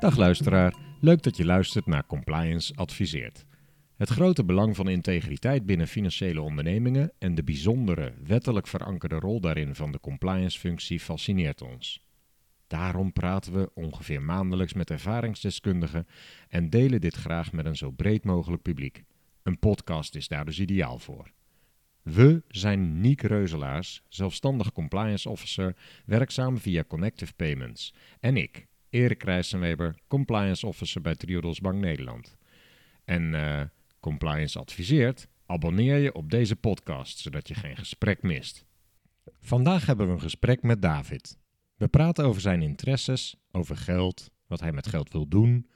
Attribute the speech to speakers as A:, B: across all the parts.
A: Dag luisteraar, leuk dat je luistert naar Compliance Adviseert. Het grote belang van integriteit binnen financiële ondernemingen en de bijzondere, wettelijk verankerde rol daarin van de compliance-functie fascineert ons. Daarom praten we ongeveer maandelijks met ervaringsdeskundigen en delen dit graag met een zo breed mogelijk publiek. Een podcast is daar dus ideaal voor. We zijn Niek Reuzelaars, zelfstandig compliance officer, werkzaam via Connective Payments. En ik, Erik Rijssenweber, compliance officer bij Triodos Bank Nederland. En eh, compliance adviseert, abonneer je op deze podcast, zodat je geen gesprek mist. Vandaag hebben we een gesprek met David. We praten over zijn interesses, over geld, wat hij met geld wil doen,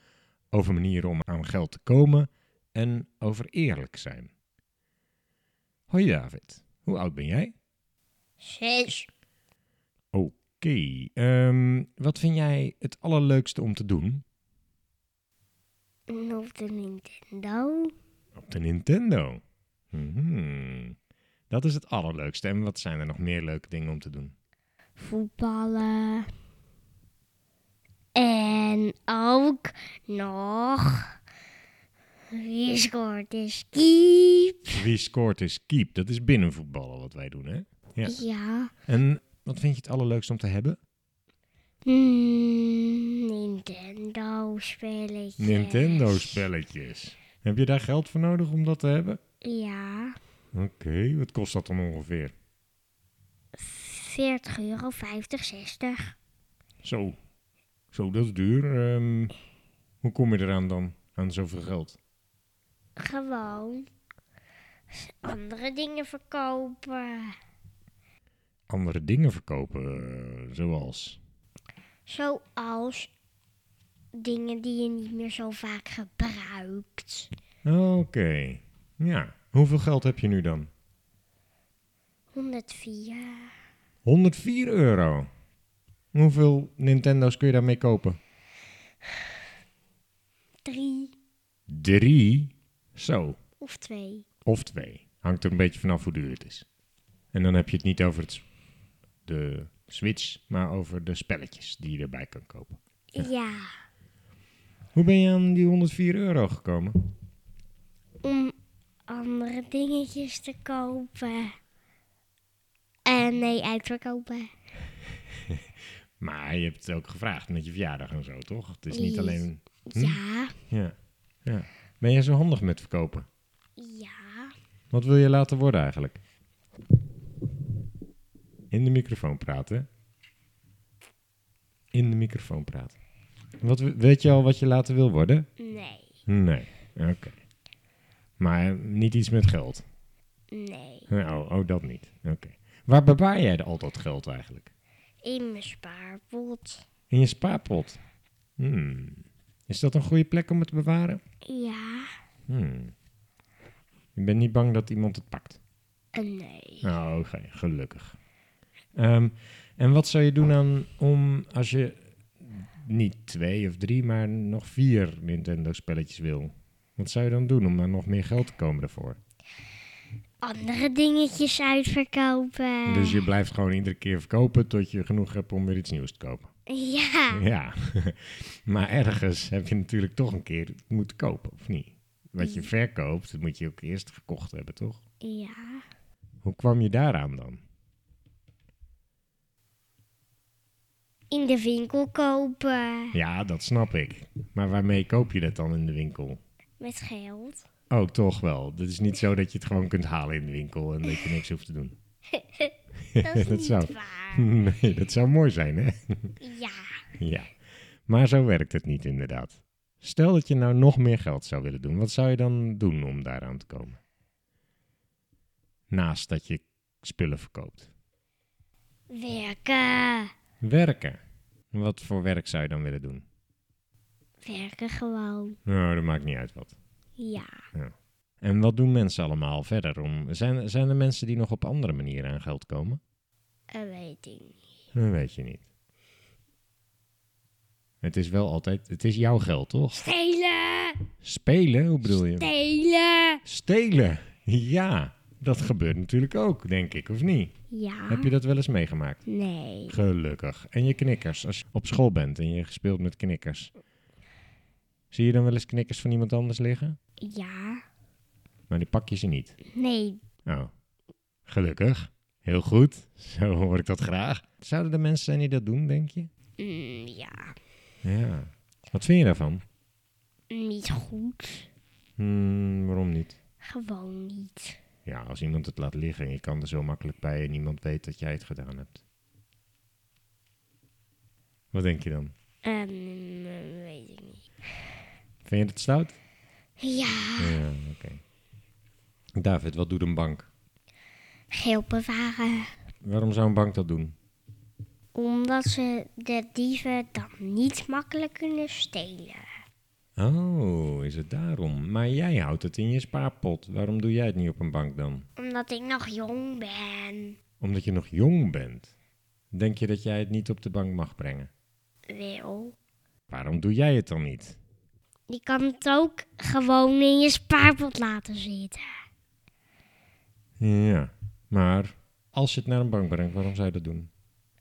A: over manieren om aan geld te komen en over eerlijk zijn. Hoi David, hoe oud ben jij?
B: Zes.
A: Oké, ehm, wat vind jij het allerleukste om te doen?
B: En op de Nintendo.
A: Op de Nintendo. Mhm. Dat is het allerleukste. En wat zijn er nog meer leuke dingen om te doen?
B: Voetballen. En ook nog. Wie scoort is keep.
A: Wie scoort is keep. Dat is binnenvoetballen wat wij doen, hè? Ja.
B: Ja.
A: En wat vind je het allerleukste om te hebben?
B: Hmm, Nintendo spelletje.
A: Nintendo-spelletjes. Heb je daar geld voor nodig om dat te hebben?
B: Ja.
A: Oké, wat kost dat dan ongeveer?
B: 40 euro, 50, 60.
A: Zo. Zo, dat is duur. Ehm, hoe kom je eraan dan? Aan zoveel geld?
B: Gewoon. Andere dingen verkopen.
A: Andere dingen verkopen, eh, zoals...
B: Zoals dingen die je niet meer zo vaak gebruikt.
A: Oké. Ja. Hoeveel geld heb je nu dan?
B: 104.
A: 104 euro. Hoeveel Nintendo's kun je daarmee kopen?
B: 3
A: Drie. Zo.
B: of 2.
A: Of twee. Hangt er een beetje vanaf hoe duur het is. En dan heb je het niet over het, s- de Switch, maar over de spelletjes die je erbij kan kopen.
B: Ja.
A: Hoe ben je aan die 104 euro gekomen?
B: Om andere dingetjes te kopen. En nee, uit te kopen.
A: Maar je hebt het ook gevraagd met je verjaardag en zo, toch? Het is niet
B: Yes.
A: alleen...
B: Ja.
A: Ja. ja. Ben jij zo handig met verkopen?
B: Ja.
A: Wat wil je laten worden eigenlijk? In de microfoon praten. In de microfoon praten. Wat, we- weet je al wat je later wil worden?
B: Nee.
A: Nee. Oké. Maar eh, niet iets met geld.
B: Nee.
A: Oh, oh dat niet. Oké. Waar bewaar jij al dat geld eigenlijk?
B: In mijn spaarpot.
A: In je spaarpot. Hmm. Is dat een goede plek om het te bewaren?
B: Ja.
A: Hmm. Je bent niet bang dat iemand het pakt?
B: En nee.
A: Oh, oké, gelukkig. Ehm, en wat zou je doen aan, om als je niet twee of drie, maar nog vier Nintendo-spelletjes wil? Wat zou je dan doen om aan nog meer geld te komen daarvoor?
B: Andere dingetjes uitverkopen.
A: Dus je blijft gewoon iedere keer verkopen tot je genoeg hebt om weer iets nieuws te kopen.
B: Ja.
A: Ja, maar ergens heb je natuurlijk toch een keer moeten kopen, of niet? Wat je verkoopt, dat moet je ook eerst gekocht hebben, toch?
B: Ja.
A: Hoe kwam je daaraan dan?
B: In de winkel kopen.
A: Ja, dat snap ik. Maar waarmee koop je dat dan in de winkel?
B: Met geld.
A: Oh, toch wel. Het is niet zo dat je het gewoon kunt halen in de winkel en dat je niks hoeft te doen.
B: Dat is
A: Dat
B: niet
A: zou-
B: waar.
A: Nee, dat zou mooi zijn, hè?
B: Ja.
A: Ja. Maar zo werkt het niet, inderdaad. Stel dat je nou nog meer geld zou willen doen, wat zou je dan doen om daaraan te komen? Naast dat je spullen verkoopt.
B: Werken.
A: Werken. Wat voor werk zou je dan willen doen?
B: Werken gewoon.
A: Nou, dat maakt niet uit wat.
B: Ja.
A: En wat doen mensen allemaal verder? Om... Zijn, zijn er mensen die nog op andere manieren aan geld komen?
B: Dat weet ik niet.
A: Dat weet je niet. Het is wel altijd, het is jouw geld, toch?
B: Stelen.
A: Spelen, hoe bedoel je?
B: Stelen.
A: Stelen. Ja, dat gebeurt natuurlijk ook, denk ik, of niet?
B: Ja.
A: Heb je dat wel eens meegemaakt?
B: Nee.
A: Gelukkig. En je knikkers, als je op school bent en je speelt met knikkers. Zie je dan wel eens knikkers van iemand anders liggen?
B: Ja.
A: Maar die pak je ze niet.
B: Nee.
A: Oh, gelukkig. Heel goed. Zo hoor ik dat graag. Zouden er mensen zijn die dat doen, denk je?
B: Mm, ja.
A: Ja. Wat vind je daarvan?
B: Niet goed.
A: Hmm, waarom niet?
B: Gewoon niet.
A: Ja, als iemand het laat liggen en je kan er zo makkelijk bij en niemand weet dat jij het gedaan hebt. Wat denk je dan?
B: Ehm, weet ik niet.
A: Vind je het stout?
B: Ja.
A: Ja, oké. David, wat doet een bank?
B: Geel bewaren.
A: Waarom zou een bank dat doen?
B: Omdat ze de dieven dan niet makkelijk kunnen stelen.
A: Oh, is het daarom? Maar jij houdt het in je spaarpot. Waarom doe jij het niet op een bank dan?
B: Omdat ik nog jong ben.
A: Omdat je nog jong bent, denk je dat jij het niet op de bank mag brengen.
B: Wil.
A: Waarom doe jij het dan niet?
B: Je kan het ook gewoon in je spaarpot laten zitten.
A: Ja, maar als je het naar een bank brengt, waarom zou je dat doen?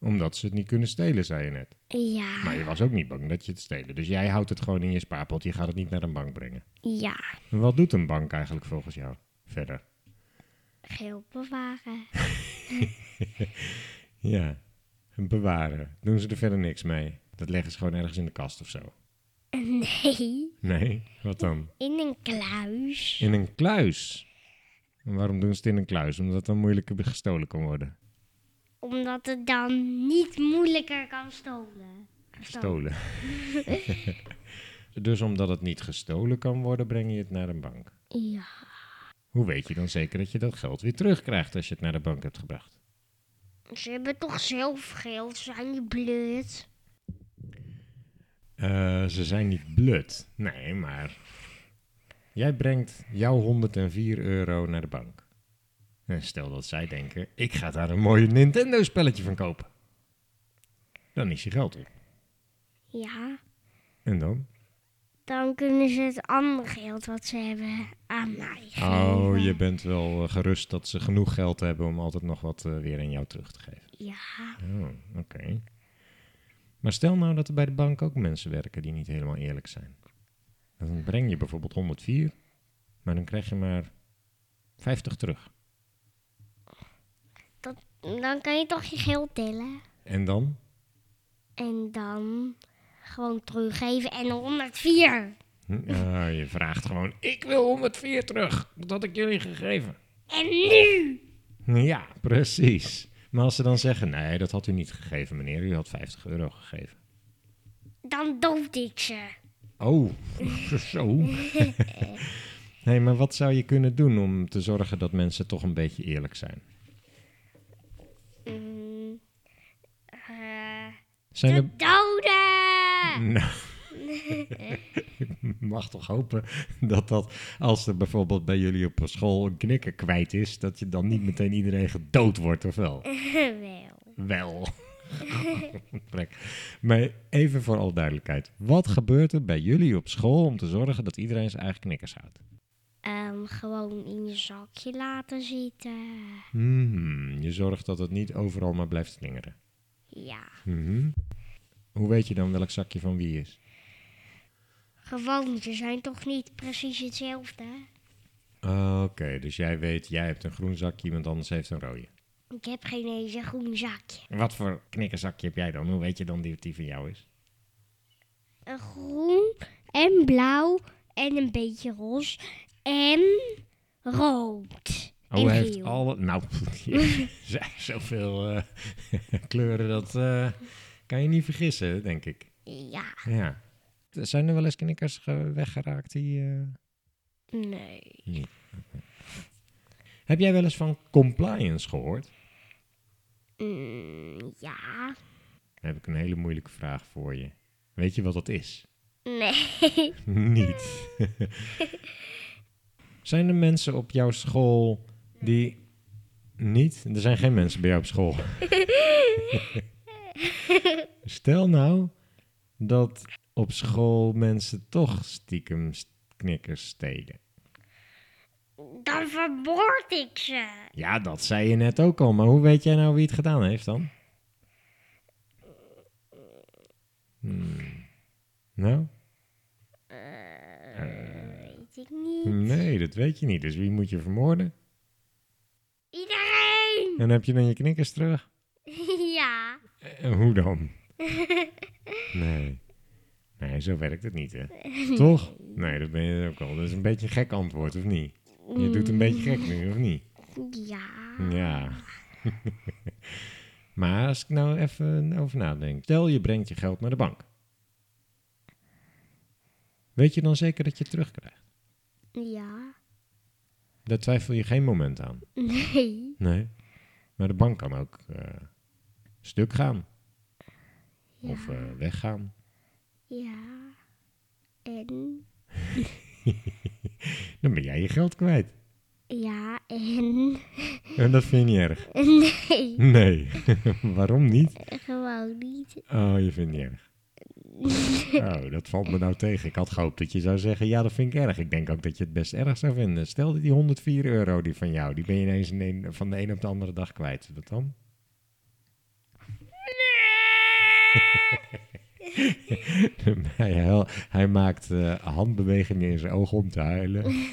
A: Omdat ze het niet kunnen stelen, zei je net.
B: Ja.
A: Maar je was ook niet bang dat je het stelen. Dus jij houdt het gewoon in je spaarpot, je gaat het niet naar een bank brengen.
B: Ja.
A: En wat doet een bank eigenlijk volgens jou verder?
B: Geel bewaren.
A: Ja, bewaren. Doen ze er verder niks mee? Dat leggen ze gewoon ergens in de kast of zo.
B: Nee.
A: Nee, wat dan?
B: In een kluis.
A: In een kluis. En waarom doen ze het in een kluis? Omdat dan moeilijker gestolen kan worden.
B: Omdat het dan niet moeilijker kan stolen.
A: Gestolen. dus omdat het niet gestolen kan worden, breng je het naar een bank.
B: Ja.
A: Hoe weet je dan zeker dat je dat geld weer terugkrijgt als je het naar de bank hebt gebracht?
B: Ze hebben toch zelf geld, zijn die blut?
A: Eh, ze zijn niet blut. Nee, maar jij brengt jouw 104 euro naar de bank. En stel dat zij denken, ik ga daar een mooie Nintendo spelletje van kopen. Dan is je geld op.
B: Ja.
A: En dan?
B: Dan kunnen ze het andere geld wat ze hebben aan mij geven.
A: Oh, je bent wel eh, gerust dat ze genoeg geld hebben om altijd nog wat eh, weer aan jou terug te geven.
B: Ja.
A: Oh, oké. Maar stel nou dat er bij de bank ook mensen werken die niet helemaal eerlijk zijn. Dan breng je bijvoorbeeld 104, maar dan krijg je maar 50 terug.
B: Dat, dan kan je toch je geld tellen.
A: En dan?
B: En dan gewoon teruggeven en 104.
A: Hm, ah, je vraagt gewoon, ik wil 104 terug. Dat had ik jullie gegeven.
B: En nu!
A: Ja, precies. Maar als ze dan zeggen, nee, dat had u niet gegeven, meneer. U had 50 euro gegeven.
B: Dan dood ik ze.
A: Oh, zo. Nee, maar wat zou je kunnen doen om te zorgen dat mensen toch een beetje eerlijk zijn?
B: Mm. Eh,
A: Zijn er...
B: de doden!
A: Nou, ik mag toch hopen dat dat, als er bijvoorbeeld bij jullie op school een knikker kwijt is, dat je dan niet meteen iedereen gedood wordt, of wel?
B: Wel.
A: Wel. Plek. maar even voor alle duidelijkheid. Wat gebeurt er bij jullie op school om te zorgen dat iedereen zijn eigen knikkers houdt?
B: Ehm, gewoon in je zakje laten zitten.
A: Hmm, je zorgt dat het niet overal maar blijft slingeren.
B: Ja.
A: Mhm. Hoe weet je dan welk zakje van wie is?
B: Gewoon, ze zijn toch niet precies hetzelfde?
A: Ah, Oké, dus jij weet, jij hebt een groen zakje, iemand anders heeft een rode.
B: Ik heb geen eens een groen zakje.
A: Wat voor knikkerzakje heb jij dan? Hoe weet je dan die die van jou is?
B: Een groen en blauw en een beetje roze en rood. en
A: hij heeft
B: geel.
A: alle... Nou, ja, z- zoveel eh, kleuren, dat eh, kan je niet vergissen, denk ik.
B: Ja,
A: Ja. Zijn er wel eens knikkers ge- weggeraakt die... eh,
B: nee.
A: Heb jij wel eens van compliance gehoord?
B: Mm, ja,
A: Dan heb ik een hele moeilijke vraag voor je. Weet je wat dat is?
B: nee.
A: Niet. zijn er mensen op jouw school die niet? Er zijn geen mensen bij jou op school. Stel nou dat op school mensen toch stiekem st- knikkers stelen.
B: Dan vermoord ik ze.
A: Ja, dat zei je net ook al, maar hoe weet jij nou wie het gedaan heeft dan? Hmm. Nou?
B: Eh, weet ik niet.
A: Nee, dat weet je niet. Dus wie moet je vermoorden?
B: Iedereen!
A: En heb je dan je knikkers terug?
B: ja.
A: En Eh, hoe dan? Nee. Nee, zo werkt het niet, hè? Toch? Nee, dat ben je ook al. Dat is een beetje een gek antwoord, of niet? Je doet een beetje gek nu, of niet?
B: Ja.
A: Ja. maar als ik nou even over nadenk. Stel, je brengt je geld naar de bank. Weet je dan zeker dat je het terugkrijgt?
B: Ja.
A: Daar twijfel je geen moment aan.
B: Nee.
A: Nee. Maar de bank kan ook eh, stuk gaan.
B: Ja.
A: Of eh, weggaan.
B: Ja. En.
A: Dan ben jij je geld kwijt.
B: Ja, en.
A: En dat vind je niet erg.
B: Nee.
A: Nee. Waarom niet?
B: Gewoon niet.
A: Oh, je vindt het niet erg. Oh, dat valt me nou tegen. Ik had gehoopt dat je zou zeggen, ja, dat vind ik erg. Ik denk ook dat je het best erg zou vinden. Stel dat die 104 euro die van jou, die ben je ineens in een- van de een op de andere dag kwijt. Wat dan? hij, huil- hij maakt eh, handbewegingen in zijn ogen om te huilen.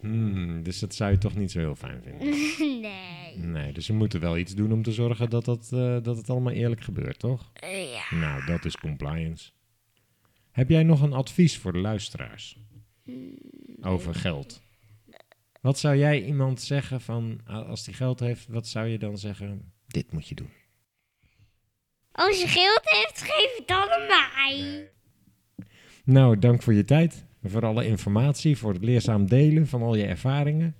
A: Hmm, dus dat zou je toch niet zo heel fijn vinden.
B: Nee.
A: Nee, dus we moeten wel iets doen om te zorgen dat, dat, eh, dat het allemaal eerlijk gebeurt, toch?
B: Ja.
A: Nou, dat is compliance. Heb jij nog een advies voor de luisteraars? Over geld. Wat zou jij iemand zeggen van, a- als die geld heeft, wat zou je dan zeggen? Dit moet je doen.
B: Als je geld heeft, geef het dan aan mij.
A: Nou, dank voor je tijd, voor alle informatie, voor het leerzaam delen van al je ervaringen.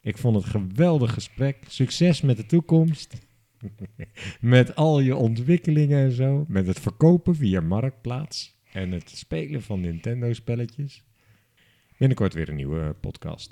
A: Ik vond het een geweldig gesprek. Succes met de toekomst. met al je ontwikkelingen en zo. Met het verkopen via Marktplaats. En het spelen van Nintendo-spelletjes. Binnenkort weer een nieuwe podcast.